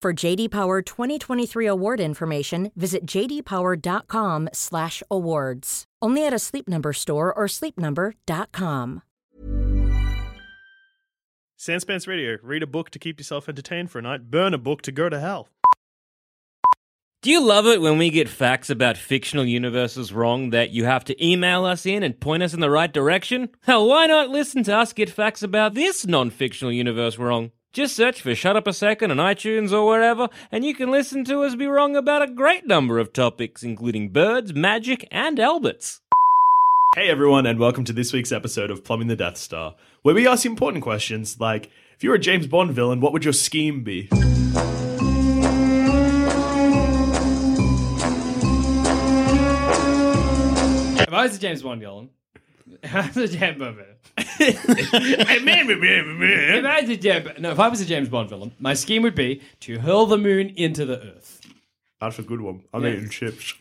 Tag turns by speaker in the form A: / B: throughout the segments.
A: For JD Power 2023 award information, visit jdpower.com/awards. Only at a Sleep Number store or sleepnumber.com.
B: Sandspants Radio. Read a book to keep yourself entertained for a night. Burn a book to go to hell.
C: Do you love it when we get facts about fictional universes wrong that you have to email us in and point us in the right direction? Hell, why not listen to us get facts about this non fictional universe wrong? Just search for Shut Up a Second on iTunes or wherever, and you can listen to us be wrong about a great number of topics, including birds, magic, and Alberts.
B: Hey everyone, and welcome to this week's episode of Plumbing the Death Star, where we ask important questions like if you were a James Bond villain, what would your scheme be?
D: If I was a James Bond villain, if I was a James Bond villain, if I was a James, no, if I was a James Bond villain, my scheme would be to hurl the moon into the earth,
B: That's a good one. I'm eating chips.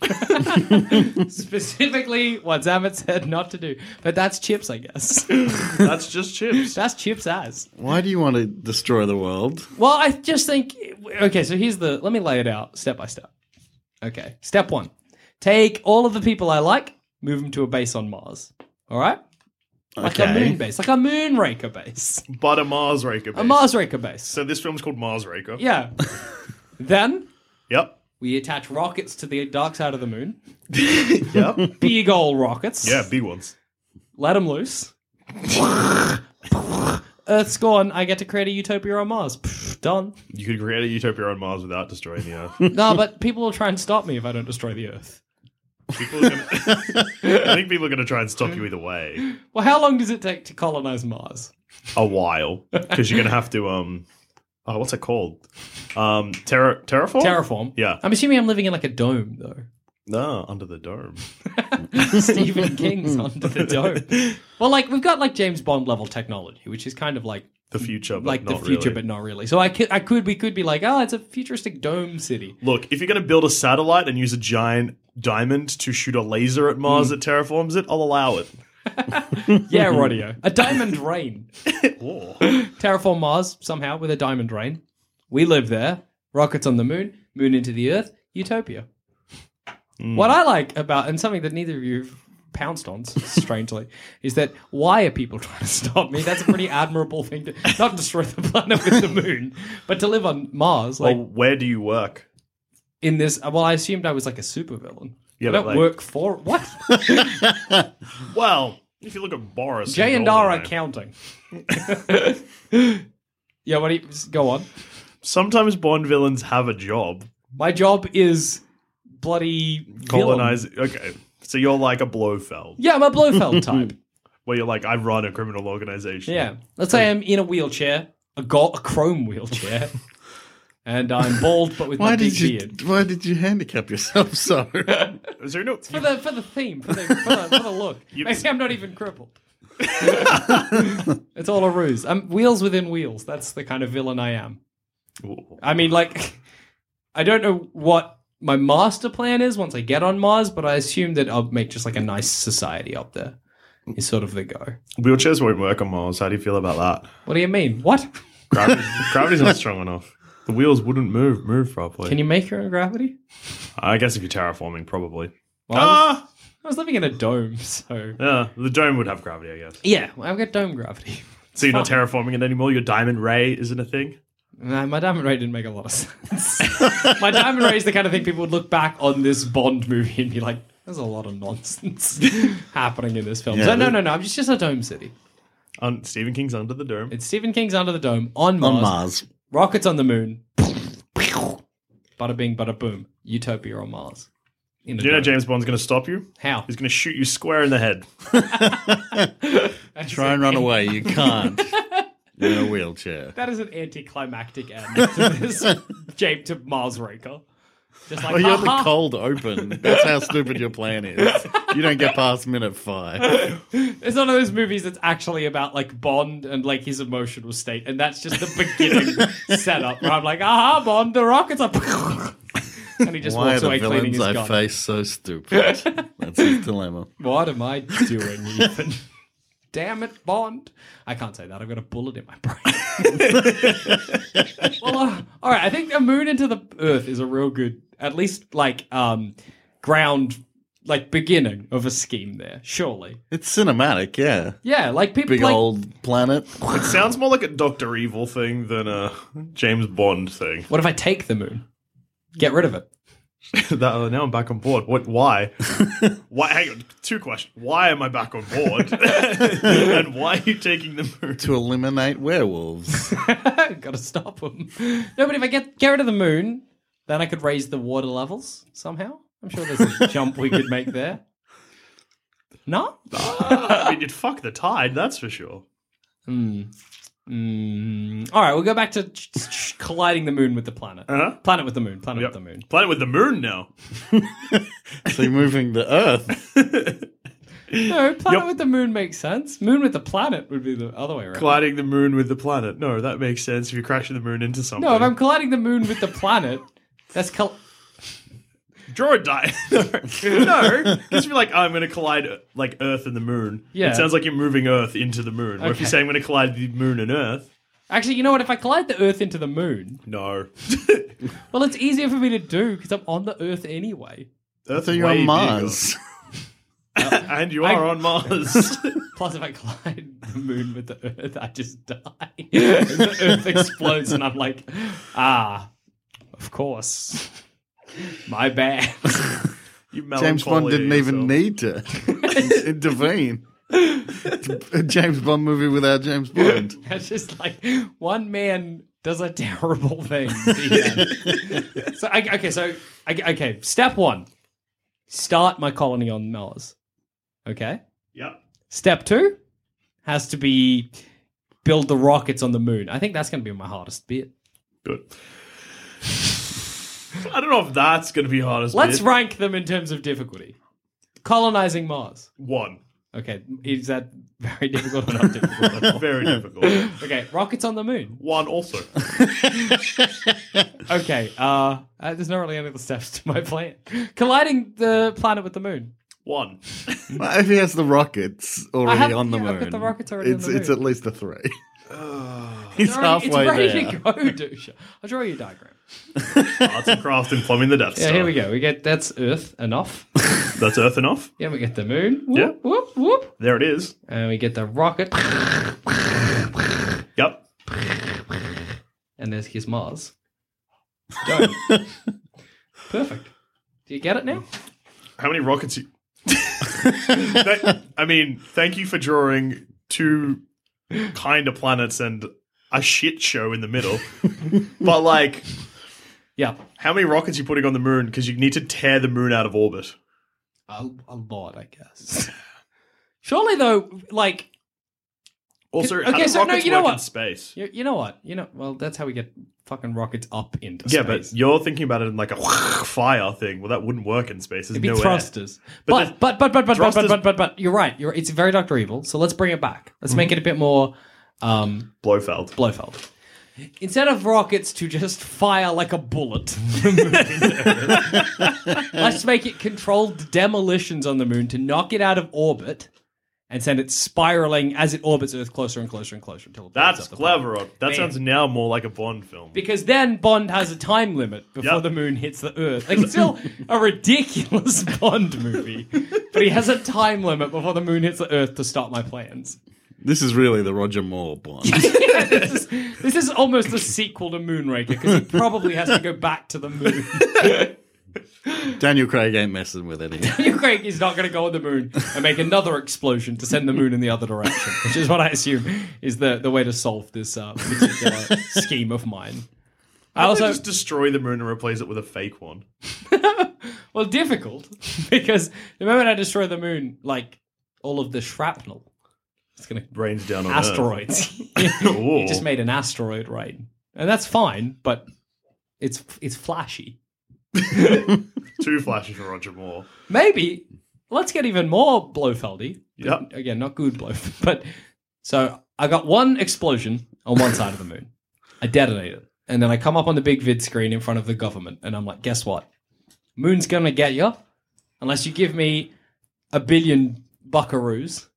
D: specifically what Zamet said not to do. But that's chips, I guess.
B: That's just chips.
D: That's chips as.
E: Why do you want to destroy the world?
D: Well, I just think okay. So here's the. Let me lay it out step by step. Okay, step one: take all of the people I like, move them to a base on Mars. All right, like a moon base, like a Moonraker base,
B: But a Mars Raker.
D: a Marsraker base.
B: So this film's called Mars Raker.
D: Yeah. then
B: Yep.
D: we attach rockets to the dark side of the moon.
B: Yep.
D: Big old rockets.
B: yeah, big ones.
D: Let them loose. Earth's gone. I get to create a utopia on Mars. Pfft, Done.
B: You could create a utopia on Mars without destroying the Earth.
D: No, but people will try and stop me if I don't destroy the Earth.
B: People are gonna, I think people are going to try and stop you either way.
D: Well, how long does it take to colonize Mars?
B: A while, because you're going to have to um, oh, what's it called? Um, terra terraform.
D: Terraform.
B: Yeah.
D: I'm assuming I'm living in like a dome, though.
B: No, under the dome.
D: Stephen King's under the dome. Well, like we've got like James Bond level technology, which is kind of like
B: The future, but
D: like the
B: not
D: future,
B: really.
D: but not really. So I could, I could, we could be like, oh, it's a futuristic dome city.
B: Look, if you're going to build a satellite and use a giant diamond to shoot a laser at
D: Mm.
B: Mars that terraforms it, I'll allow it.
D: Yeah, Rodio. A diamond rain. Terraform Mars somehow with a diamond rain. We live there. Rockets on the moon, moon into the earth, utopia.
B: Hmm.
D: What I like about, and something that neither of you have pounced on, strangely, is that why are people trying to stop me? That's a pretty admirable thing to not destroy the planet with the moon, but to live on Mars. Like
B: well, where do you work?
D: in this, well, I assumed I was like a supervillain.
B: Yeah,
D: I
B: but
D: don't
B: like-
D: work for what?
B: Well, if you look at Boris,
D: J
B: in
D: and R are
B: Goldeneye,
D: counting. yeah, what do you, go on.
B: Sometimes Bond villains have a job.
D: My job is bloody villain.
B: Colonize. Okay, so you're like a Blofeld,
D: Yeah, I'm a Blofeld type.
B: where you're like, I run a criminal organization.
D: yeah, let's say I'm in a wheelchair, a, go- a chrome wheelchair, and I'm bald but with
E: Why
D: my big
E: did you?
D: beard.
E: Why did you handicap yourself so?
B: Is there no?
D: For the for the theme, for the, for the, for the look. Maybe I'm not even crippled. it's all a ruse. I'm wheels within wheels. That's the kind of villain I am.
B: Ooh.
D: I mean, like, I don't know what my master plan is once I get on Mars, but I assume that I'll make just like a nice society up there. Is sort of the go.
B: Wheelchairs won't work on Mars. How do you feel about that?
D: What do you mean? What?
B: Gravity, gravity's not strong enough. The wheels wouldn't move move properly.
D: Can you make your own gravity?
B: I guess if you're terraforming, probably.
D: Well, I, was,
B: Ah,
D: I was living in a dome, so
B: yeah. The dome would have gravity, I guess.
D: yeah, well, I've got dome gravity.
B: So you're not terraforming it anymore. Your diamond ray isn't a thing.
D: Nah, Uh, my Diamond Ray didn't make a lot of sense. my Diamond Ray is the kind of thing people would look back on this Bond movie and be like, "There's a lot of nonsense happening in this film."
E: Yeah,
D: so no,
E: the-
D: no, no. I'm just just a dome city.
B: On Stephen King's Under the Dome.
D: It's Stephen King's Under the Dome on Mars.
E: on Mars.
D: Rockets on the moon. Bada bing, bada boom. Utopia on Mars. In the
B: Do you know
D: dome.
B: James Bond's going to stop you?
D: How?
B: He's going to shoot you square in the head.
E: Try and run away. You can't. You're in a wheelchair.
D: That is an anticlimactic end to this Jape to Mars Raker. Just like,
E: Oh, you have the
D: "Aha,
E: cold open. That's how stupid your plan is. You don't get past minute five.
D: It's one of those movies that's actually about like Bond and like his emotional state, and that's just the beginning setup where I'm like, aha, Bond, the rockets are. and he just
E: Why are
D: walks
E: the
D: away cleaning
E: villains
D: his
E: I
D: gun.
E: face so stupid? That's his dilemma.
D: What am I doing, Ethan? Damn it, Bond. I can't say that. I've got a bullet in my brain. well, uh, all right. I think a moon into the earth is a real good, at least like um ground, like beginning of a scheme there, surely.
E: It's cinematic, yeah.
D: Yeah, like people
E: Big
D: like,
E: old planet.
B: It sounds more like a Doctor Evil thing than a James Bond thing.
D: What if I take the moon? Get rid of it.
B: That- uh, now I'm back on board. What? Why? why? Hang on. Two questions. Why am I back on board? and why are you taking the moon?
E: To eliminate werewolves.
D: Gotta stop them. No, but if I get get rid of the moon, then I could raise the water levels somehow. I'm sure there's a jump we could make there. No?
B: I mean, you'd fuck the tide, that's for sure.
D: Mm, all right, we'll go back to ch- ch- colliding the moon with the planet.
B: Uh-huh.
D: Planet with the moon. Planet
B: Yep.
D: with the moon.
B: Planet with the moon now.
E: so you're moving the Earth.
D: No, planet
B: Yep.
D: with the moon makes sense. Moon with the planet would be the other way around.
B: Colliding the moon with the planet. No, that makes sense if you're crashing the moon into something.
D: no, if I'm colliding the moon with the planet, that's col-
B: Draw a die. no, because you're like, I'm going to collide like Earth and the moon.
D: Yeah.
B: It sounds like you're moving Earth into the moon. Or if
D: Okay.
B: you say, I'm going to collide the moon and Earth,
D: actually. You know what? If I collide the Earth into the moon,
B: no.
D: well, it's easier for me to do because I'm on the Earth anyway.
B: Earth
E: So you're on Mars.
B: and you are
D: I-
B: on Mars.
D: Plus, if I collide the moon with the Earth, I just die. the Earth explodes, and I'm like, ah, of course, my bad.
B: You
E: James Bond
B: melancholy
E: didn't even
B: yourself.
E: need to intervene. It's a James Bond movie without James Bond.
D: That's just like one man does a terrible thing. The end. so I, okay, so I, okay, step one: start my colony on Mars. Okay.
B: Yep.
D: Step two has to be build the rockets on the moon. I think that's going to be my hardest bit.
B: Good. I don't know if that's going to be hard as
D: Let's
B: bit.
D: rank them in terms of difficulty. Colonizing Mars.
B: One.
D: Okay, is that very difficult or not difficult? at all?
B: Very difficult.
D: okay, rockets on the moon.
B: One also.
D: Okay, uh, uh, there's not really any other steps to my plan. Colliding the planet with the moon.
B: One.
E: Well, if he has the rockets already
D: have-
E: on the
D: yeah,
E: moon,
D: I've got the rockets already on
E: it's,
D: the moon.
E: it's at least a three. He's
D: It's already-
E: halfway
D: it's ready
E: there.
D: to go, Dusha. I'll draw you a diagram.
B: Arts and craft and plumbing the Death
D: Yeah,
B: Star.
D: here we go. We get that's Earth enough.
B: That's Earth enough.
D: yeah, we get the moon. Whoop,
B: Yeah.
D: whoop, whoop.
B: There it is.
D: And we get the rocket.
B: Yep.
D: And there's his Mars. Done. Perfect. Do you get it now?
B: How many rockets? You... That- I mean, thank you for drawing two kind of planets and a shit show in the middle. but like,
D: Yeah.
B: how many rockets are you putting on the moon? Because you need to tear the moon out of orbit.
D: a, a lot, I guess. Surely, though, like
B: Also,
D: Okay,
B: how do
D: so no,
B: rockets
D: you know
B: work in
D: what?
B: space?
D: you, you know what, you know, well, that's how we get fucking rockets up into
B: Yeah,
D: space.
B: but you're thinking about it in like a fire thing. Well, that wouldn't work in space. There's
D: it'd be
B: no air.
D: thrusters.
B: But
D: But but but but but, but but
B: thrusters-
D: but but but you're right. You're it's very Doctor Evil. So let's bring it back. Let's make it a bit more um,
B: Blofeld.
D: Blofeld. Instead of rockets to just fire like a bullet, let's make it controlled demolitions on the moon to knock it out of orbit and send it spiraling as it orbits Earth closer and closer and closer until it blows
B: That's
D: up the planet.
B: clever. That sounds now more like a Bond film.
D: Because then Bond has a time limit before
B: Yep.
D: the moon hits the Earth. Like, it's still a ridiculous Bond movie, but he has a time limit before the moon hits the Earth to stop my plans.
E: This is really the Roger Moore Bond.
D: this, is, this is almost a sequel to Moonraker because he probably has to go back to the moon.
E: Daniel Craig ain't messing with it. here.
D: Daniel Craig is not going to go on the moon and make another explosion to send the moon in the other direction, which is what I assume is the, the way to solve this uh, particular scheme of mine. I also
B: just destroy the moon and replace it with a fake one.
D: well difficult because the moment I destroy the moon, like all of the shrapnel, it's going to
B: Rains down on Earth.
D: asteroids. you just made an asteroid rain, and that's fine, but it's it's flashy.
B: Two flashes for Roger Moore.
D: Maybe let's get even more Blofeldy.
B: Yep.
D: Again, not good Blof, but so I got one explosion on one side of the moon. I detonate it, and then I come up on the big vid screen in front of the government, and I'm like, guess what? Moon's gonna get you unless you give me a billion buckaroos.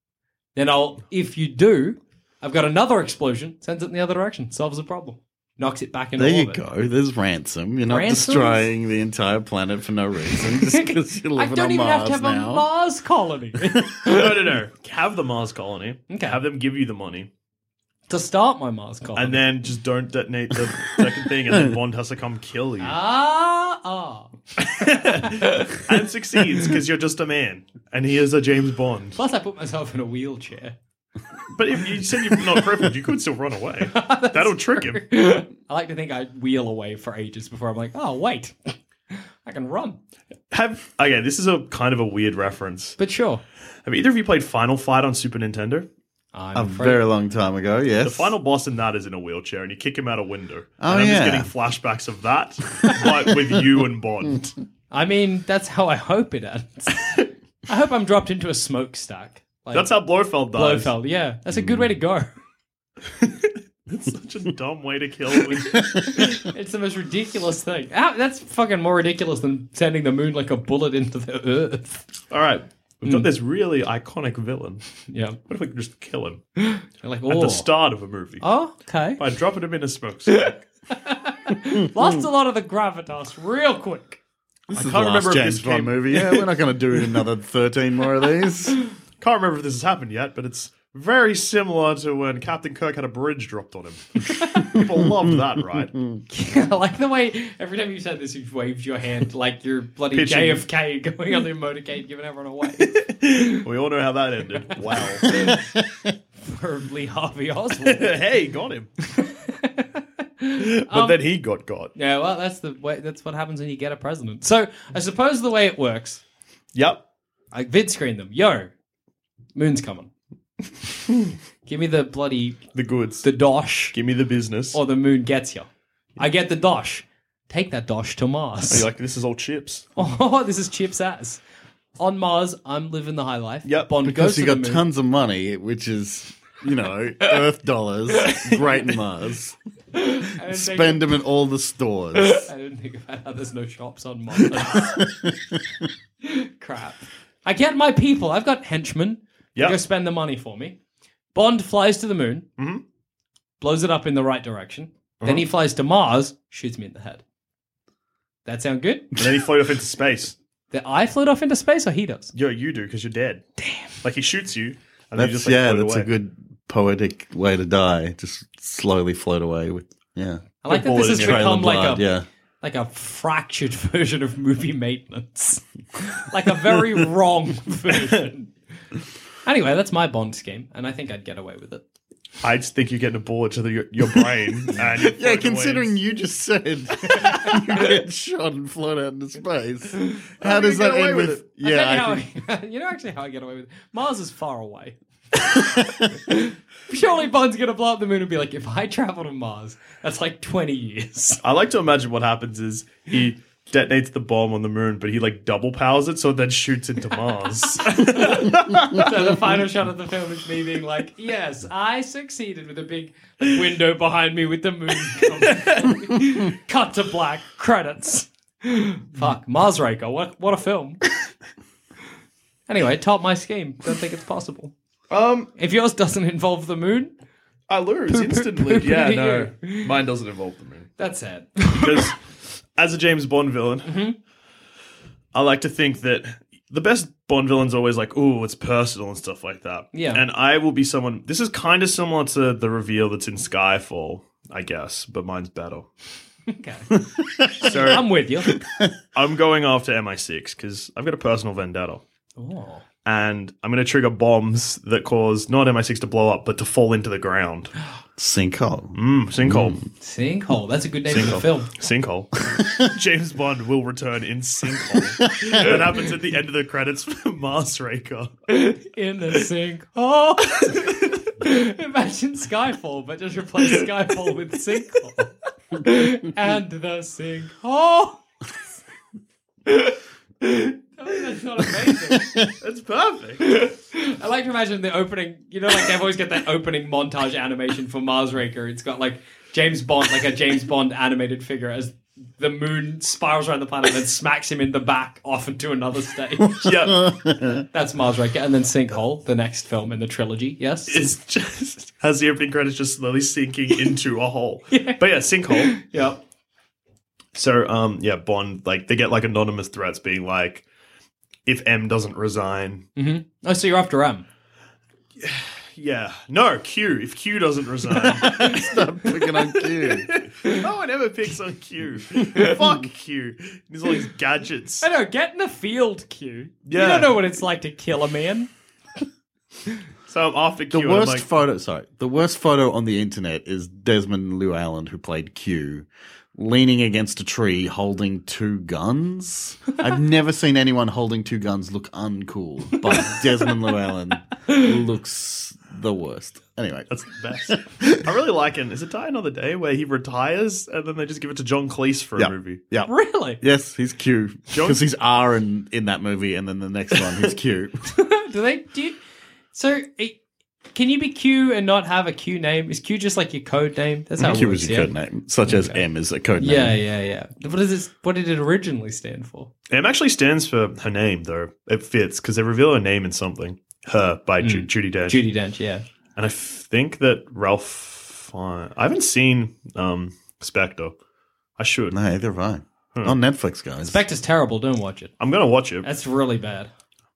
D: Then I'll. If you do, I've got another explosion. Sends it in the other direction. Solves the problem. Knocks it back into
E: There you
D: orbit.
E: go. There's ransom. You're not
D: Ransom's-
E: destroying the entire planet for no reason just because you're
D: I
E: living
D: don't
E: on
D: even have
E: Mars
D: to have
E: now.
D: a Mars colony.
B: no, no, no. Have the Mars colony.
D: Okay.
B: Have them give you the money,
D: to start my Mars colony.
B: and then just don't detonate the second thing, and then Bond has to come kill you.
D: ah, ah.
B: and succeeds because you're just a man, and he is a James Bond.
D: Plus, I put myself in a wheelchair.
B: But if you said you're not crippled, you could still run away. That'll trick him.
D: I like to think I wheel away for ages before I'm like, oh wait, I can run.
B: Have okay. This is a kind of a weird reference.
D: But sure,
B: Have either of you played Final Fight on Super Nintendo?
D: I'm
E: A
D: afraid-
E: very long time ago, yes.
B: The final boss in that is in a wheelchair, and you kick him out a window.
E: Oh,
B: and I'm
E: yeah.
B: just getting flashbacks of that, but with you and Bond.
D: I mean, that's how I hope it ends. I hope I'm dropped into a smokestack. Like
B: That's how Blofeld dies.
D: Blofeld. Yeah, that's a good way to go.
B: It's such a dumb way to kill. him.
D: It's the most ridiculous thing. Ow, that's fucking more ridiculous than sending the moon like a bullet into the earth.
B: All right, we've
D: Hmm.
B: got this really iconic villain.
D: Yeah,
B: What if we could just kill him
D: like
B: at
D: oh,
B: the start of a movie
D: oh okay.
B: by dropping him in a smokestack?
D: Lost a lot of the gravitas real quick.
E: This
B: can't remember if
E: James
B: this
E: Bond
B: came-
E: movie. Yeah, we're not going to do another 13 more of these.
B: Can't remember if this has happened yet, but it's very similar to when Captain Kirk had a bridge dropped on him. People loved that, right?
D: I like the way every time you said this, you've waved your hand like you're bloody
B: Pitching.
D: JFK going on the motorcade, giving everyone a wave.
B: We all know how that ended. Wow.
D: Preferably Harvey Oswald.
B: hey, got him. but
D: Um,
B: then he got got.
D: yeah, well, that's the way. That's what happens when you get a president. So I suppose the way it works,
B: Yep.
D: I vid screen them. Yo, moon's coming. Give me the bloody
B: The goods.
D: the Oh, dosh,
B: Give me the business.
D: or the moon gets you. I get the dosh. Take that dosh to Mars.
B: You're like, this is all chips.
D: oh, this is chips ass. On Mars, I'm living the high life.
B: Yep,
D: Bond
E: Because
D: goes to
E: you
D: the
E: got
D: moon.
E: tons of money, which is, you know, Earth dollars, great Mars.
D: I didn't think-
E: Spend them at all the stores.
D: I didn't think about how there's no shops on Mars. Crap. I get my people. I've got henchmen. They
B: Yep.
D: Go spend the money for me. Bond flies to the moon, blows it up in the right direction. Then he flies to Mars, shoots me in the head. That sound good?
B: And then he float off into space.
D: That I float off into space, or he does?
B: Yo, you do because you're dead. Damn. Like he shoots you, and then you
E: That's,
B: just like,
E: yeah,
B: float
E: that's
B: away.
E: a good poetic way to die. Just slowly float away with, yeah.
D: I like that this has
E: Trail of
D: become like
E: blood,
D: a
E: yeah.
D: like a fractured version of movie maintenance, like a very wrong version. Anyway, that's my Bond scheme, and I think I'd get away with it.
B: I just think you're getting a bullet to the, your, your brain. and you're
E: Yeah,
B: floating
E: considering
B: away.
E: you just said you get shot and float out into space, how
B: do you
E: does
B: get
E: that
B: away
E: end
B: with
E: with?
B: it?
D: I
E: Yeah,
D: don't
E: I
D: know
E: think-
D: how I- you know actually how I get away with it. Mars is far away. Surely Bond's gonna blow up the moon and be like, if I travel to Mars, that's like twenty years.
B: I like to imagine what happens is he detonates the bomb on the moon, but he like double powers it, so it then shoots into Mars.
D: so the final shot of the film is me being like, yes, I succeeded with a big window behind me with the moon. Cut to black credits. Fuck Mars Raker. What what a film. Anyway, top my scheme. Don't think it's possible.
B: um,
D: If yours doesn't involve the moon,
B: I lose instantly.
D: poo,
B: yeah,
D: poo,
B: no, mine doesn't involve the moon
D: that's sad.
B: because
D: Mm-hmm.
B: as a James Bond villain, I like to think that the best Bond villains always like, oh, it's personal and stuff like that.
D: Yeah.
B: And I will be someone. This is kind of similar to the reveal that's in Skyfall, I guess, but mine's better.
D: Okay.
B: So
D: I'm with you.
B: I'm going after MI6 because I've got a personal vendetta.
D: Oh.
B: And I'm going to trigger bombs that cause not MI6 to blow up, but to fall into the ground.
E: Sinkhole. Hmm.
B: Mm, sinkhole.
D: Sinkhole. That's a good name for the
B: Sinkhole.
D: film.
B: Sinkhole. James Bond will return in Sinkhole. that happens at the end of the credits for Mars Raker.
D: In the sinkhole. Imagine Skyfall, but just replace Skyfall with sinkhole. and the sinkhole. I mean, that's not amazing.
B: That's perfect.
D: I like to imagine the opening. You know, like they've always got that opening montage animation for Mars Raker. It's got like James Bond, like a James Bond animated figure as the moon spirals around the planet and smacks him in the back off into another stage.
B: Yeah.
D: That's Mars Raker, and then Sinkhole, the next film in the trilogy. Yes,
B: It's just has the opening credits just slowly sinking into a hole. But yeah, Sinkhole.
D: yeah.
B: So um yeah, Bond like they get like anonymous threats being like if M doesn't resign.
D: Oh, so you're after M.
B: Yeah. No, Q. If Q doesn't resign.
E: Picking on Q.
B: no one ever picks on Q. Fuck Q. There's all these gadgets.
D: I know. Get in the field, Q. You
B: Yeah.
D: don't know what it's like to kill a man.
B: So I'm after Q.
E: The
B: and I'm
E: worst
B: like,
E: photo, sorry, the worst photo on the internet is Desmond Llewellyn, who played Q, leaning against a tree holding two guns. I've never seen anyone holding two guns look uncool, but Desmond Llewellyn looks the worst. Anyway,
B: That's the best. I really like it. Is it Die Another Day where he retires and then they just give it to John Cleese for
E: yeah,
B: a movie?
E: yeah.
D: Really?
E: Yes, he's Q
B: John-
E: because he's R in, in that movie, and then the next one he's Q.
D: Do they? Do you, so? It, can you be Q and not have a Q name? Is Q just like your code name? That's how it
E: Q
D: works,
E: is a
D: yeah?
E: code name, such as M is a code name.
D: Yeah, yeah, yeah. What is this? What did it originally stand for?
B: M actually stands for her name, though. It fits because they reveal her name in something. Her by Ju- Judy Dench.
D: Mm. Judy Dench. Yeah.
B: And I think that Ralph. Fine- I haven't seen um, Spectre. I should.
E: No, either have I. On Netflix, guys.
D: Spectre's terrible. Don't watch it.
B: I'm going to watch it.
D: That's really bad.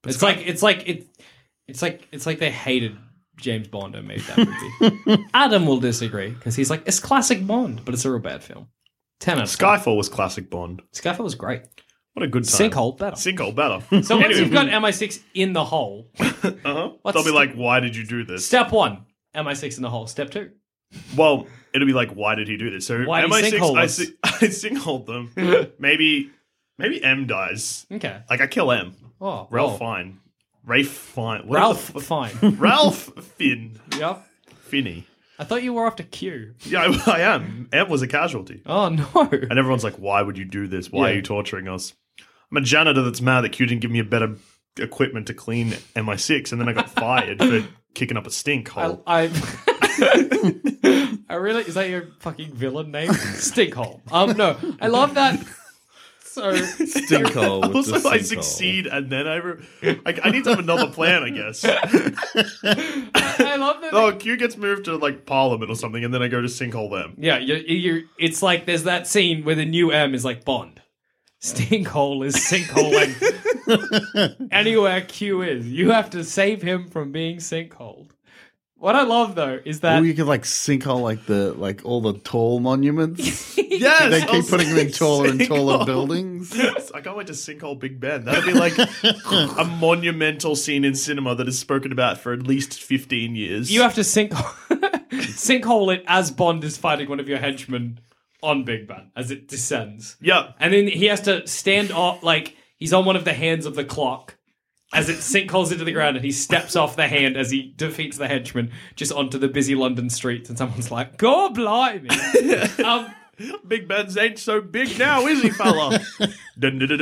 D: It's like it's like it. It's like it's like they hated James Bond and made that movie. Adam will disagree because he's like it's classic Bond, but it's a real bad film. Ten out of ten.
B: Skyfall was classic Bond.
D: Skyfall was great.
B: What a good time.
D: Sinkhole better.
B: Sinkhole better.
D: so once you've got MI6 in the hole,
B: uh-huh.
D: What's-
B: They'll be like, why did you do this?
D: step one, MI6 in the hole. Step two,
B: Well, it'll be like, why did he do this? So
D: Why did he
B: MI6,
D: sinkhole
B: I,
D: us?
B: si- I sinkhole them. maybe, maybe M dies.
D: okay.
B: Like I kill M.
D: Oh,
B: Ralph
D: oh.
B: Fine. Rafe Fine. what
D: Ralph,
B: the f-
D: fine.
B: Ralph Finn.
D: yep.
B: Finny.
D: I thought you were after Q.
B: Yeah, I, I am. M was a casualty,
D: Oh no.
B: and everyone's like, "Why would you do this? Why are
D: Yeah.
B: you torturing us?" I'm a janitor that's mad that Q didn't give me a better equipment to clean MI6, and then I got fired for kicking up a stink
D: I,
B: hole.
D: I, I really is that your fucking villain name? Stinkhole. Um, no, I love that. So
E: Stinkhole with the
B: also, I
E: sinkhole.
B: succeed, and then I, re- I, I need to have another plan, I guess.
D: I love that.
B: Oh, Q gets moved to like Parliament or something, and then I go to sinkhole them.
D: Yeah, you you it's like there's that scene where the new M is like Bond. Stinkhole is sinkholing. Anywhere Q is, you have to save him from being sinkholed. What I love though is that
E: Or you could like sinkhole like the like all the tall monuments.
B: Yes,
E: they keep putting them in taller and taller buildings.
B: I can't wait to sinkhole Big Ben. That'd be like a monumental scene in cinema that is spoken about for at least fifteen years.
D: you have to sink sinkhole it as Bond is fighting one of your henchmen on Big Ben as it descends.
B: yeah,
D: And then he has to stand off, like he's on one of the hands of the clock as it sinkholes into the ground, and he steps off the hand as he defeats the henchman just onto the busy London streets. And someone's like, "Go blimey!" um,
B: Big Ben's ain't so big now, is he, fella? Credits.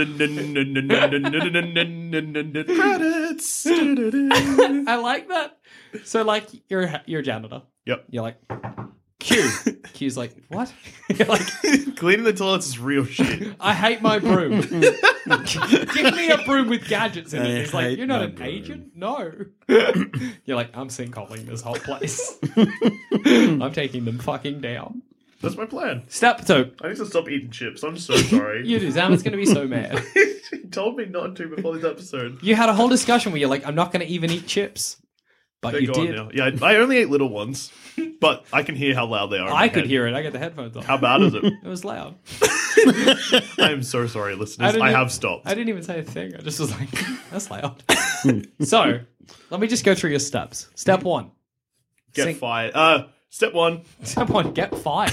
D: I like that. So, like, you're a- you're a janitor.
B: Yep.
D: You're like Q. Q's like, "What?" You're like,
B: Cleaning the toilets is real shit.
D: "I hate my broom. Give me a broom with gadgets in it." He's like,
E: hate
D: "You're not
E: my
D: an
E: broom."
D: agent, no." you're like, "I'm sinkholing this whole place. I'm taking them fucking down."
B: That's my plan.
D: Stop. So
B: I need to stop eating chips. I'm so sorry.
D: you do. Zaman's going to be so mad.
B: you told me not to before this episode.
D: You had a whole discussion where you're like, I'm not going to even eat chips, but
B: They're
D: you
B: gone
D: did.
B: now. Yeah, I, I only ate little ones, but I can hear how loud they are. in
D: I
B: my
D: could
B: head.
D: hear it. I got the headphones on.
B: How bad is it?
D: It was loud.
B: I am so sorry, listeners.
D: didn't
B: I,
D: e-
B: have stopped.
D: I didn't even say a thing. I just was like, that's loud. so let me just go through your steps. Step one.
B: Get
D: Sing-
B: fired. Uh, step one.
D: Step one. Get fired.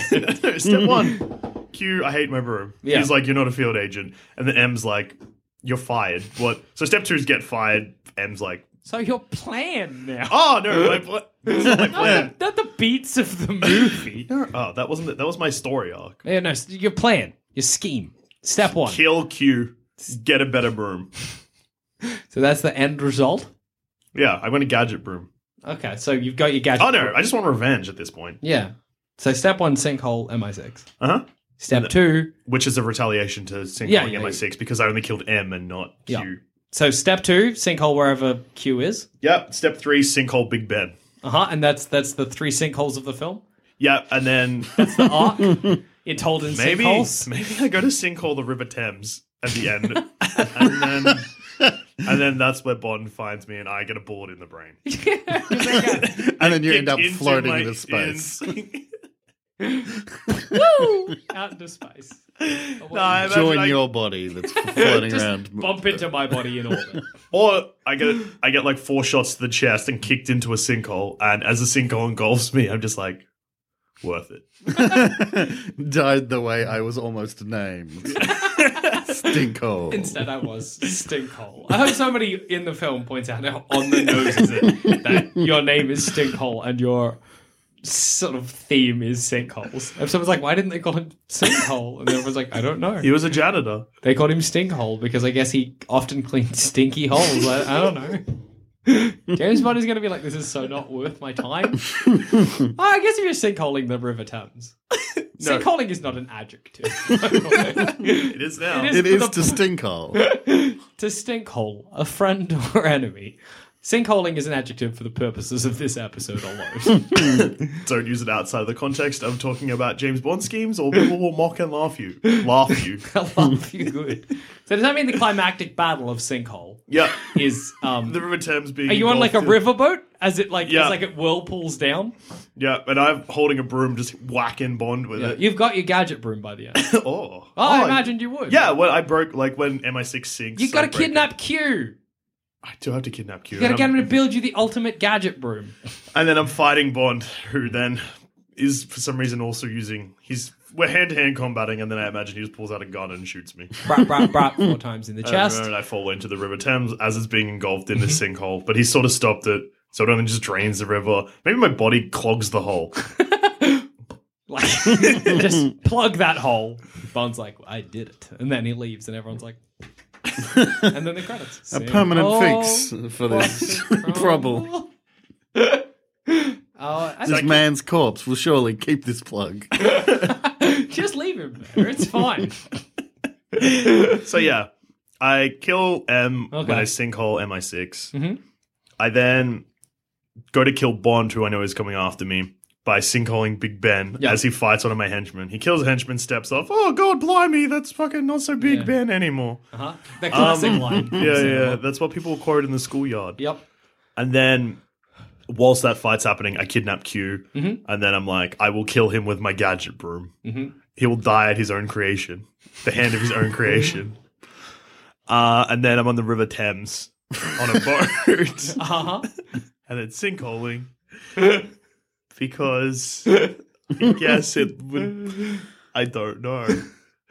B: step one. Q, I hate my room.
D: Mm-hmm. Yeah.
B: He's like, you're not a field agent, and then M's like, you're fired. What? So step two is get fired. M's like,
D: so your plan now.
B: oh no, my pla- that's not my plan.
D: Not the beats of the movie.
B: Oh, that wasn't that was my story arc.
D: yeah, no. s- Your plan. Your scheme. Step one.
B: Kill Q. Get a better broom.
D: So that's the end result.
B: Yeah, I want a gadget broom.
D: Okay. So you've got your gadget.
B: Oh no, I just want revenge at this point.
D: Yeah. So step one, sinkhole MI6.
B: Uh huh.
D: Step two,
B: Which is a retaliation to sinkhole
D: Yeah,
B: yeah,
D: yeah,
B: MI6 because I only killed M and not
D: Yeah.
B: Q.
D: so step two, sinkhole wherever Q is.
B: Yep. Step three, sinkhole Big Ben.
D: Uh huh. And that's that's the three sinkholes of the film.
B: Yeah, and then
D: The arc. it told in
B: maybe
D: sinkholes.
B: maybe I go to sinkhole the River Thames at the end, and then and then that's where Bond finds me, and I get a bullet in the brain.
E: And then you end
B: Kicked
E: up
B: into
E: floating
B: my
E: into space.
B: ins-
D: Out into space.
B: no, I imagine
E: Join
B: I-
E: your body that's floating around.
D: Bump into my body in orbit.
B: or I get I get like four shots to the chest and kicked into a sinkhole, and as the sinkhole engulfs me, I'm just like, worth it.
E: Died the way I was almost named. Stinkhole.
D: Instead, I was stinkhole. I hope somebody in the film points out how on the nose is it that your name is stinkhole and your sort of theme is sinkholes. If someone's like, why didn't they call him sinkhole? And everyone's like, I don't know.
B: He was a janitor.
D: They called him Stinkhole because I guess he often cleaned stinky holes. I, I don't know. James Bond is going to be like, this is so not worth my time. oh, I guess if you're sinkholing the River Thames. Sinkholing is not an adjective.
B: It is now.
D: It
E: It is
D: the-
E: to stinkhole.
D: to stinkhole, a friend or enemy. Sinkholing is an adjective for the purposes of this episode alone.
B: Don't use it outside of the context of talking about James Bond schemes, or people will mock and laugh you. Laugh you.
D: I love you good. So does that mean the climactic battle of sinkhole
B: Yeah.
D: is um,
B: The River Thames being.
D: Are you on like a
B: engulfed in-
D: riverboat? As it like
B: Yeah.
D: as like it whirlpools down.
B: Yeah, and I'm holding a broom, just whacking Bond with it.
D: You've got your gadget broom by the end.
B: oh. oh,
D: Oh, I imagined you would.
B: Yeah, well, I broke like when MI6 sinks.
D: You gotta
B: I break
D: kidnap
B: it.
D: Q.
B: I do have to kidnap Q.
D: You gotta
B: and
D: get
B: I'm-
D: him to build you the ultimate gadget broom.
B: And then I'm fighting Bond, who then is for some reason also using. He's we're hand to hand combating, and then I imagine he just pulls out a gun and shoots me.
D: brap brap brap four times in the chest.
B: And I fall into the River Thames as it's being engulfed in
D: Mm-hmm.
B: this sinkhole. But he sort of stopped it, so it only just drains the river. Maybe my body clogs the hole.
D: Like just plug that hole. Bond's like, I did it. And then he leaves and everyone's like And then the credits.
E: A permanent
D: Oh,
E: fix for this
D: fucking
E: problem.
D: Oh, I
E: This man's corpse will surely keep this plug.
D: just leave him there. It's fine.
B: so yeah, I kill M
D: Okay. Mm-hmm.
B: when I sinkhole MI6. I then go to kill Bond, who I know is coming after me, by sinkholing Big Ben
D: Yeah.
B: as he fights one of my henchmen. He kills a henchman, steps off. Oh God, blimey, that's fucking not so Big
D: Yeah.
B: Ben anymore.
D: Uh-huh. The classic
B: Um,
D: line.
B: Yeah, yeah, that's what people quote in the schoolyard.
D: Yep.
B: And then. Whilst that fight's happening, I kidnap Q,
D: Mm-hmm.
B: and then I'm like, I will kill him with my gadget broom. He will die at his own creation, the hand of his own creation. Uh, and then I'm on the River Thames on a boat,
D: Uh-huh.
B: and it's sinkholing because I guess it would. I don't know.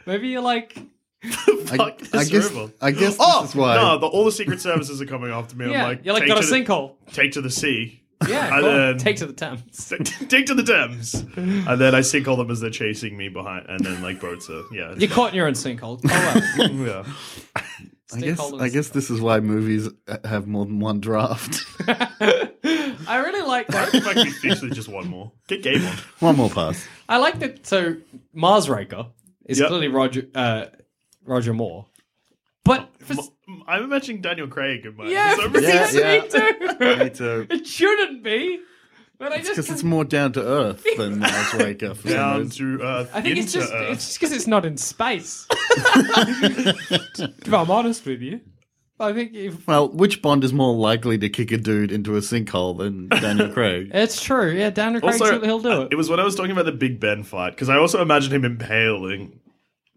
D: Maybe you're like
E: I,
B: Fuck this
E: I guess,
B: river.
E: I guess
B: Oh
E: this is why.
B: no! The, all the secret services are coming after me.
D: Yeah,
B: I'm like,
D: you're like
B: take
D: got a
B: to the-
D: sinkhole.
B: Take to the sea.
D: Yeah,
B: And
D: cool.
B: then-
D: take to the Thames.
B: Take to the Thames, and then I sinkhole them as they're chasing me behind, and then like boats are yeah.
D: You're caught in your own sinkhole. Oh well.
B: yeah.
E: I guess,
D: Stakeholders.
E: I guess this is why movies uh, have more than one draft.
D: I really like
B: If
D: that.
B: I could fix with just one more, get game on.
E: one more pass.
D: I like that. So Mars Raker is
B: Yep.
D: clearly Roger uh, Roger Moore, but for, s-
B: M- I'm imagining Daniel Craig in my.
D: yeah,
B: for some
D: for
B: reason.
D: yeah,
E: Yeah,
D: me too.
E: Me too.
D: it shouldn't be. But I just
E: Because it's more down to earth than Mars Waker for some
B: Down
E: reason.
B: to earth.
D: I think it's
B: into
D: just
B: earth.
D: it's just because it's not in space. if I'm honest with you, I think if
E: Well, which Bond is more likely to kick a dude into a sinkhole than Daniel Craig?
D: it's true, yeah, Daniel Craig,
B: Also, uh,
D: he'll do it.
B: It was when I was talking about the Big Ben fight because I also imagined him impaling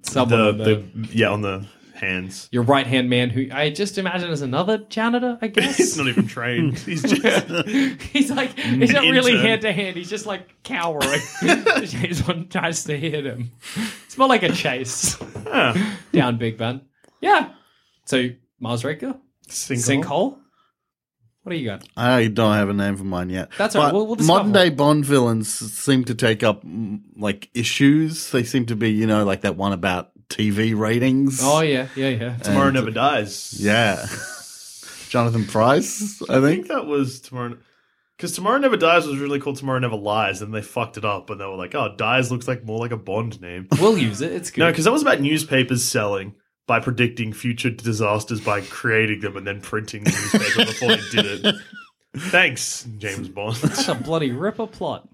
D: Someone
B: the,
D: on the-
B: the yeah on the hands.
D: your right hand man, who I just imagine as another janitor, I guess.
B: He's not even trained. He's just
D: He's like, he's not really
B: intern.
D: hand to hand. He's just like cowering. Jason tries to hit him. It's more like a chase down Big Ben. Yeah. So Mars Raker,
B: sinkhole.
D: sinkhole. What do you got?
E: I don't have a name for mine yet.
D: That's all right,
E: But
D: we'll- we'll discover
E: modern day Bond villains seem to take up mm, like issues. They seem to be, you know, like that one about TV ratings.
D: Oh yeah, yeah, yeah.
B: Tomorrow never dies.
E: yeah. Jonathan Price, I
B: I think
E: think.
B: that was tomorrow. Because Tomorrow Never Dies was really called Tomorrow Never Lies, and they fucked it up, and they were like, "Oh, Dies looks like more like a Bond name."
D: We'll use it. It's good.
B: no, because that was about newspapers selling by predicting future disasters by creating them and then printing the newspaper before they did it. Thanks, James Bond.
D: That's a bloody ripper plot.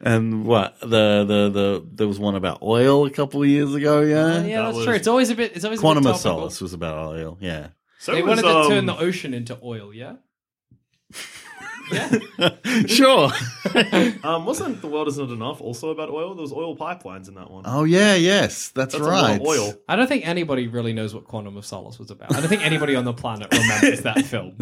E: And what the the the there was one about oil a couple of years ago. Yeah,
D: Yeah,
B: That
D: that's
B: was-
D: true. It's always a bit. It's always
E: Quantum
D: a bit
E: of
D: topical.
E: Solace was about oil. Yeah,
B: So
D: They
B: was,
D: wanted to turn
B: um,
D: the ocean into oil. Yeah.
E: sure.
B: Um, wasn't the world is not enough also about oil? There was oil pipelines in that one.
E: oh yeah, yes, that's,
B: That's a lot
E: right.
B: of oil.
D: I don't think anybody really knows what Quantum of Solace was about. I don't think anybody on the planet remembers that film.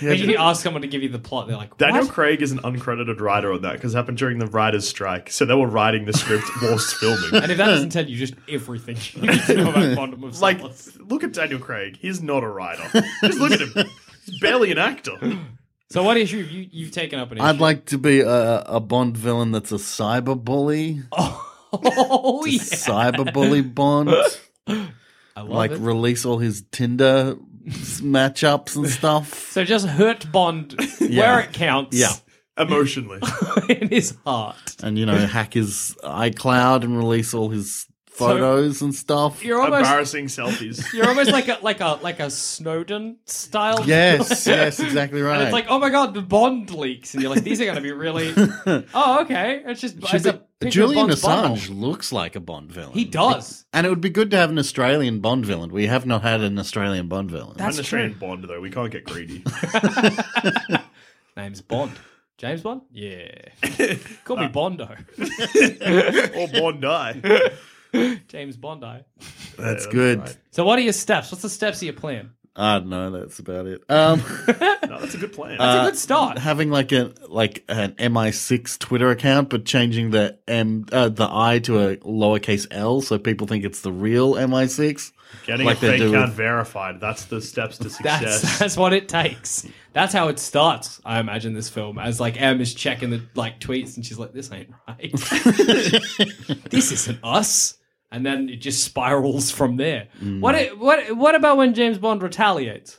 D: But you ask someone to give you the plot, they're like,
B: Daniel
D: what?
B: Craig is an uncredited writer on that because it happened during the writers' strike. So they were writing the script whilst filming.
D: And if that doesn't tell you just everything you need to know about Quantum of
B: Like,
D: Solace.
B: look at Daniel Craig. He's not a writer. Just look at him. He's barely an actor.
D: so what issue you, you've taken up an issue?
E: I'd like to be a, a Bond villain that's a cyber bully,
D: oh, yeah.
E: cyber bully Bond.
D: I love
E: like
D: it.
E: release all his Tinder s- matchups and stuff.
D: so just hurt Bond where it counts.
E: Yeah.
B: Emotionally.
D: in his heart.
E: And you know, hack his iCloud and release all his photos and stuff.
D: You're almost
B: Embarrassing selfies.
D: you're almost like a like a like a Snowden style.
E: Yes, yes, exactly right.
D: And it's like, oh my god, the Bond leaks, and you're like, these are going to be really. oh, okay. It's just
E: Should
D: it's a
E: be-
D: picture of
E: Julian
D: Bond's
E: Assange
D: butthole.
E: looks like a Bond villain.
D: He does.
E: And it would be good to have an Australian Bond villain. We have not had an Australian Bond villain.
B: I'm
D: That's
B: an Australian Bond, though. We can't get greedy.
D: Name's Bond. James Bond. Yeah. Call me Bondo.
B: or Bondi.
D: James Bondi.
E: That's good.
D: So what are your steps? What's the steps of your plan?
E: I don't know. That's about it. Um,
B: No, that's a good plan.
E: Uh,
D: That's a good start.
E: having like a like an MI6 Twitter account, but changing the M uh, the I to a lowercase L, so people think it's the real MI6.
B: Getting
E: like
B: a
E: they
B: fake
E: do
B: account
E: with-
B: verified. That's the steps to success.
D: That's that's what it takes. That's how it starts. I imagine this film as like Em is checking the like tweets and she's like, "This ain't right. this isn't us." And then it just spirals from there.
E: Mm.
D: What i- what what about when James Bond retaliates?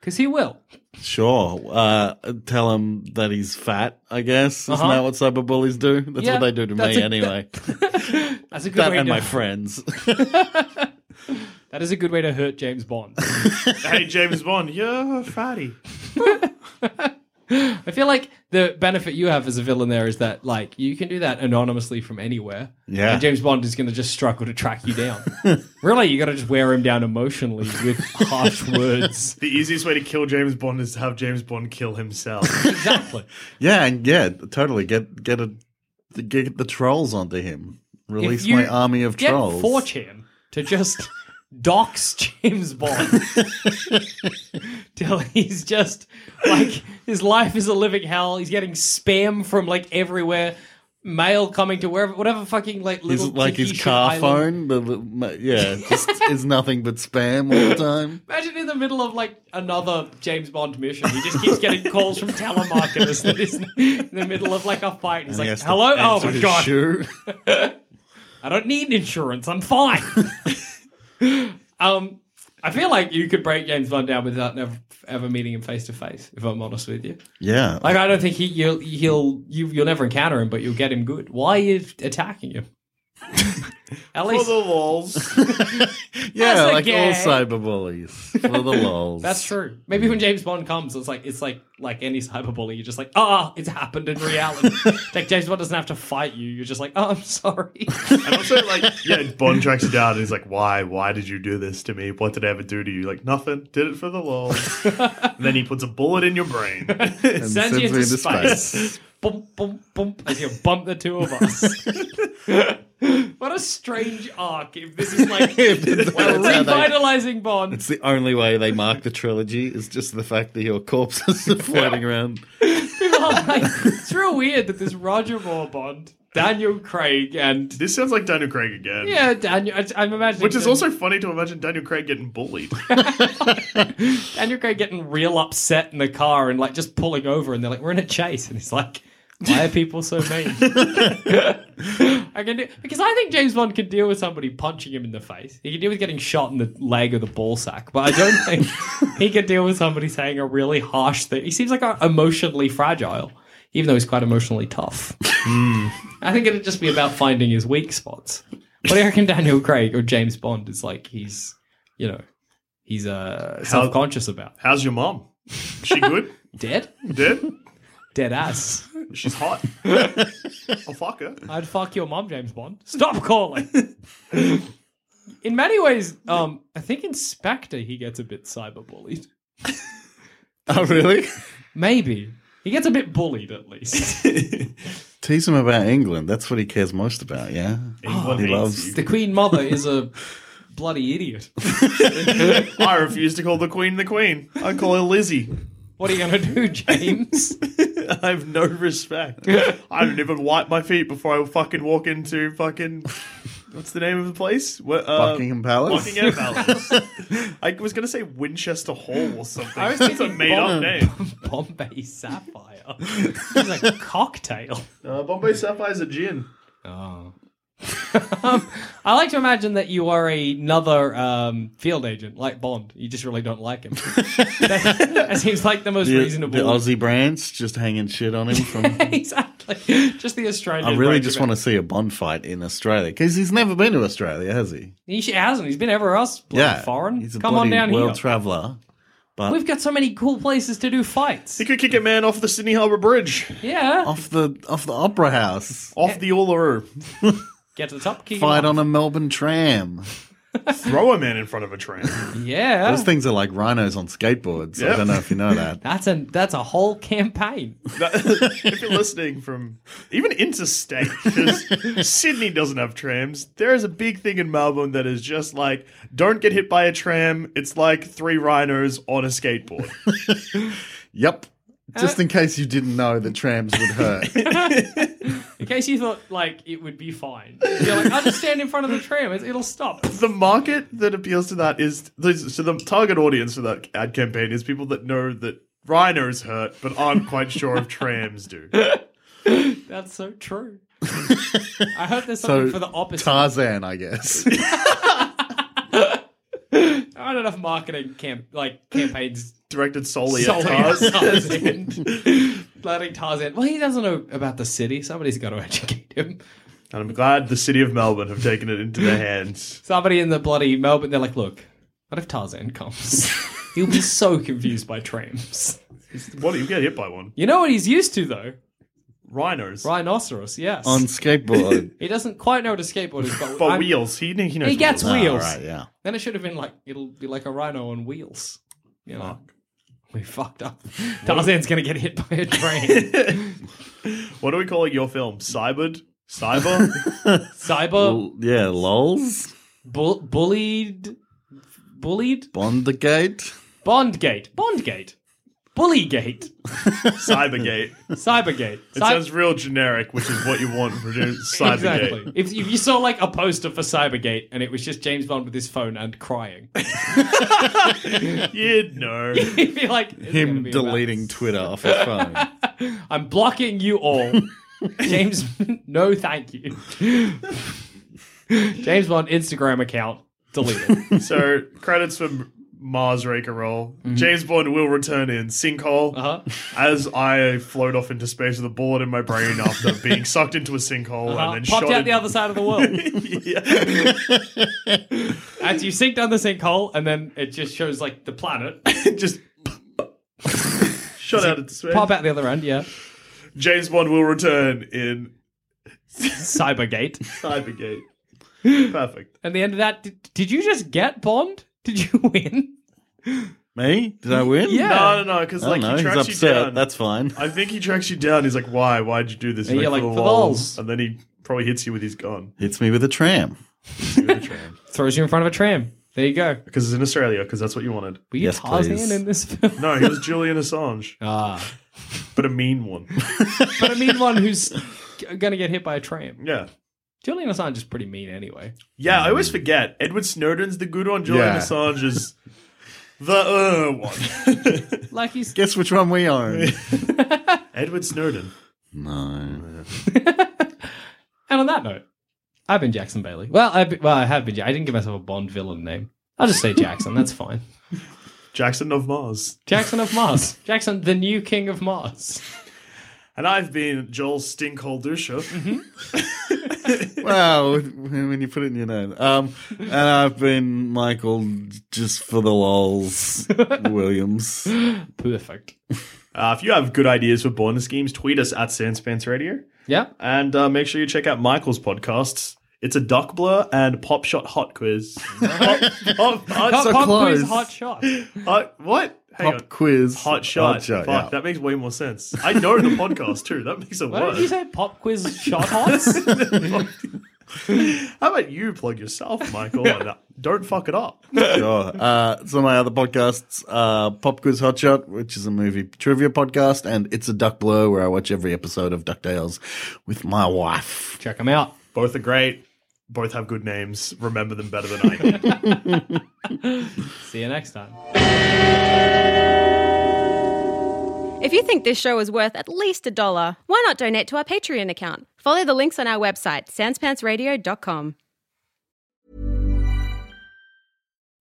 D: Because he will.
E: Sure. Uh, tell him that he's fat. I guess isn't
D: Uh-huh.
E: that what cyberbullies do? That's
D: Yeah,
E: what they do to
D: that's
E: me
D: a-
E: anyway.
D: That's a good
E: That
D: way
E: and
D: to,
E: my friends.
D: That is a good way to hurt James Bond.
B: hey, James Bond, you're fatty.
D: I feel like the benefit you have as a villain there is that like you can do that anonymously from anywhere.
E: Yeah.
D: And James Bond is going to just struggle to track you down. really, you got to just wear him down emotionally with harsh words.
B: The easiest way to kill James Bond is to have James Bond kill himself.
D: Exactly.
E: yeah, and yeah, totally. Get get a get the trolls onto him. Release
D: If you
E: my army of
D: Get
E: trolls.
D: 4chan to just dox James Bond till he's just like his life is a living hell. He's getting spam from like everywhere. Mail coming to wherever, whatever fucking like
E: He's
D: little
E: like his
D: Tahitian
E: car
D: island.
E: phone. The, the, yeah, just is nothing but spam all the time.
D: Imagine in the middle of like another James Bond mission, he just keeps getting calls from telemarketers that is in the middle of like a fight. He's
E: He
D: like,
E: has to
D: "Hello, oh
E: answer
D: my
E: his
D: god,
E: shoe.
D: I don't need insurance. I'm fine." um, I feel like you could break James Bond down without never ever meeting him face to face. If I'm honest with you,
E: Yeah,
D: like I don't think he you'll, he'll you you'll never encounter him, but you'll get him good. Why are you attacking him? At
B: For
D: least
B: the walls.
E: Yeah,
D: That's a
E: like all
D: gag.
E: cyberbullies for the lols.
D: that's true. Maybe when James Bond comes, it's like it's like like any cyberbully. You're just like, ah, it's happened in reality. like James Bond doesn't have to fight you. You're just like, oh, I'm sorry.
B: And also, like, yeah, Bond tracks you down and he's like, why? Why did you do this to me? What did I ever do to you? Like, nothing. Did it for the lols. and then he puts a bullet in your brain.
E: And
D: Sends
E: sends
D: you
E: me
D: into
E: into
D: space.
E: space.
D: bump, bump, bump, as you bump the two of us. what a strange arc! If this is like
E: If that's
D: like
E: how they-
D: revitalizing Bond,
E: It's the only way they mark the trilogy is just the fact that your corpses are floating around.
D: people are like, it's real weird that this Roger Moore Bond, Daniel Craig, and
B: this sounds like Daniel Craig again.
D: yeah, Daniel. I- I'm imagining
B: Which is
D: Dan-
B: also funny to imagine Daniel Craig getting bullied.
D: Daniel Craig getting real upset in the car and like just pulling over, and they're like, "We're in a chase," and he's like. Why are people so mean? I can do, because I think James Bond can deal with somebody punching him in the face. He can deal with getting shot in the leg or the ball sack, but I don't think he can deal with somebody saying a really harsh thing. He seems like a, emotionally fragile, even though he's quite emotionally tough. I think it'd just be about finding his weak spots. What do you reckon Daniel Craig or James Bond is like? He's, you know, he's uh, self conscious about
B: How's your mom? She good?
D: dead,
B: Dead?
D: dead ass.
B: She's hot. I'll fuck her.
D: I'd fuck your mom, James Bond. Stop calling. in many ways, um, I think Inspector he gets a bit cyberbullied.
E: Oh, really?
D: Maybe he gets a bit bullied at least.
E: Tease him about England. That's what he cares most about, yeah?
B: England
E: he
B: hates
E: loves-
B: you.
D: the Queen Mother is a bloody idiot.
B: I refuse to call the Queen the Queen. I call her Lizzie.
D: What are you gonna do, James?
B: I have no respect. I don't even wipe my feet before I fucking walk into fucking. What's the name of the place? What, uh,
E: Buckingham Palace?
B: Buckingham Palace. I was going to say Winchester Hall or something.
D: I was
B: That's a
D: thinking
B: made up
D: Bond.
B: name.
D: Bombay Sapphire. It's like a cocktail.
B: Uh, Bombay Sapphire's a gin.
D: I like to imagine that you are another um, field agent like Bond. You just really don't like him. that, that seems like the most
E: The,
D: reasonable.
E: the Aussie brands just hanging shit on him from.
D: exactly. Just the Australian.
E: I really just want to see a Bond fight in Australia because he's never been to Australia, has he?
D: He sh- hasn't. He's been everywhere else. Bloody
E: yeah,
D: foreign.
E: He's a
D: Come on
E: bloody
D: down
E: world
D: here.
E: traveler. But
D: We've got so many cool places to do fights.
B: He could kick a man off the Sydney Harbour Bridge,
D: Yeah.
E: off the off the Opera House,
B: off the Uluru,
D: Get to the top. Kick him
E: fight
D: off.
E: on a Melbourne tram.
B: throw a man in front of a train.
D: Yeah.
E: Those things are like rhinos on skateboards. I
B: Yep.
E: don't know if you know that.
D: That's a that's a whole campaign.
B: That- if you're listening from even interstate, because Sydney doesn't have trams, there is a big thing in Melbourne that is just like, don't get hit by a tram. It's like three rhinos on a skateboard.
E: Yep. Just in case you didn't know that trams would hurt.
D: In case you thought like it would be fine, you're like, I'll just stand in front of the tram. It- It'll stop.
B: the market that appeals to that is so the target audience for that ad campaign is people that know that rhinos hurt but aren't quite sure if trams do.
D: That's so true. I hope there's
E: So
D: something for the opposite.
E: Tarzan, I guess.
D: I don't know if marketing camp like campaigns
B: Directed solely,
D: solely
B: at cars.
D: Tarzan. Bloody Tarzan. Well, he doesn't know about the city. Somebody's got to educate him.
B: And I'm glad the city of Melbourne have taken it into their hands.
D: Somebody in the bloody Melbourne, they're like, look, what if Tarzan comes? He'll be so confused by trams.
B: What you get hit by one?
D: You know what he's used to, though?
B: Rhinos.
D: Rhinoceros, yes.
E: on skateboard.
D: he doesn't quite know what a skateboard is, but,
B: But
D: I'm-
B: wheels. He, kn- he knows.
D: He gets
B: wheels.
D: wheels.
E: Ah, Right, yeah.
D: Then it should have been like, it'll be like a rhino on wheels. You know? We fucked up. Tarzan's going to get hit by a train.
B: What do we call your film? Cybered? Cyber?
D: Cyber,
E: Well, yeah, lols.
D: bu- bullied, bullied?
E: Bond the gate.
D: Bondgate. Bondgate. Bullygate.
B: Cybergate. It
D: Cybergate. Cy-
B: sounds real generic, which is what you want for doing Cybergate.
D: Exactly. If, if you saw like a poster for Cybergate and it was just James Bond with his phone and crying,
B: You'd know.
D: you'd be like, "It's gonna
E: Him
D: be about
E: deleting
D: this."
E: Twitter off his phone.
D: I'm blocking you all. James, no, thank you. James Bond Instagram account deleted.
B: So credits from Mars Raker roll. James Bond will return in sinkhole
D: Mm-hmm. Uh-huh.
B: as I float off into space with a bullet in my brain after being sucked into a sinkhole
D: Uh,
B: and then shot
D: popped out
B: in-
D: the other side of the world. As you sink down the sinkhole, and then it just shows like the planet.
B: just shot out into space.
D: Pop out the other end, yeah.
B: James Bond will return in
D: Cybergate.
B: Cybergate. Perfect.
D: And the end of that, did, did you just get Bond? Did you win?
E: Me? Did I win?
D: Yeah.
B: No, no, no, because
E: I
B: like
E: don't
B: he
E: know. He's
B: tracks you down.
E: upset. That's fine.
B: I think he tracks you down. He's like, "Why? Why'd you do this?"
D: And
B: He's
D: you're like, "For lols."
B: and then he probably hits you with his gun
E: Hits me with a tram.
D: Throws you in front of a tram. There you go.
B: because it's in Australia because that's what you wanted.
D: Were you
E: Yes,
D: Tarzan
E: please.
D: in this film?
B: No, he was Julian Assange,
D: Ah.
B: but a mean one.
D: But I mean one who's going to get hit by a tram.
B: Yeah,
D: Julian Assange is pretty mean anyway.
B: yeah. I always forget. Edward Snowden's the good one. Julian
E: Yeah.
B: Assange is the uh one.
D: Like he's...
E: Guess which one we own?
B: Edward Snowden.
E: no.
D: And on that note, I've been Jackson Bailey. Well, I've been, well I have been... Ja- I didn't give myself a Bond villain name. I'll just say Jackson. that's fine.
B: Jackson of Mars.
D: Jackson of Mars. Jackson, the new king of Mars.
B: And I've been Joel Stinkhole Dusha.
E: Wow, when you put it in your name. Um, and I've been Michael, just for the lols, Williams.
D: Perfect.
B: Uh, if you have good ideas for bonus schemes, tweet us at Sandspants Radio.
D: Yeah.
B: And uh, make sure you check out Michael's podcasts. It's a duck blur and pop shot hot quiz. pop, pop, hot,
D: Pop,
E: so
D: pop
E: close.
D: quiz, hot shot.
B: hot- what? Hang on.
E: Pop quiz.
B: Hot shot. Fuck,
E: yeah.
B: that makes way more sense. I know the podcast too. That makes it
D: Why did
B: worse.
D: you say pop quiz shot hots?
B: How about you plug yourself, Michael? and, uh, don't fuck it up.
E: sure. Uh, some of my other podcasts are Pop Quiz Hot Shot, which is a movie trivia podcast, and It's a Duck Blur, where I watch every episode of DuckTales with my wife.
D: Check them out.
B: Both are great. Both have good names. Remember them better than I do.
D: See you next time.
F: If you think this show is worth at least a dollar, why not donate to our Patreon account? Follow the links on our website, sanspantsradio.com.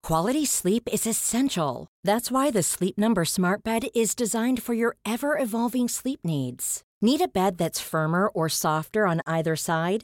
A: Quality sleep is essential. That's why the Sleep Number Smart Bed is designed for your ever evolving sleep needs. Need a bed that's firmer or softer on either side?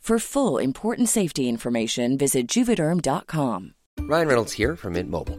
G: For full important safety information, visit juvederm.com.
H: Ryan Reynolds here from Mint Mobile.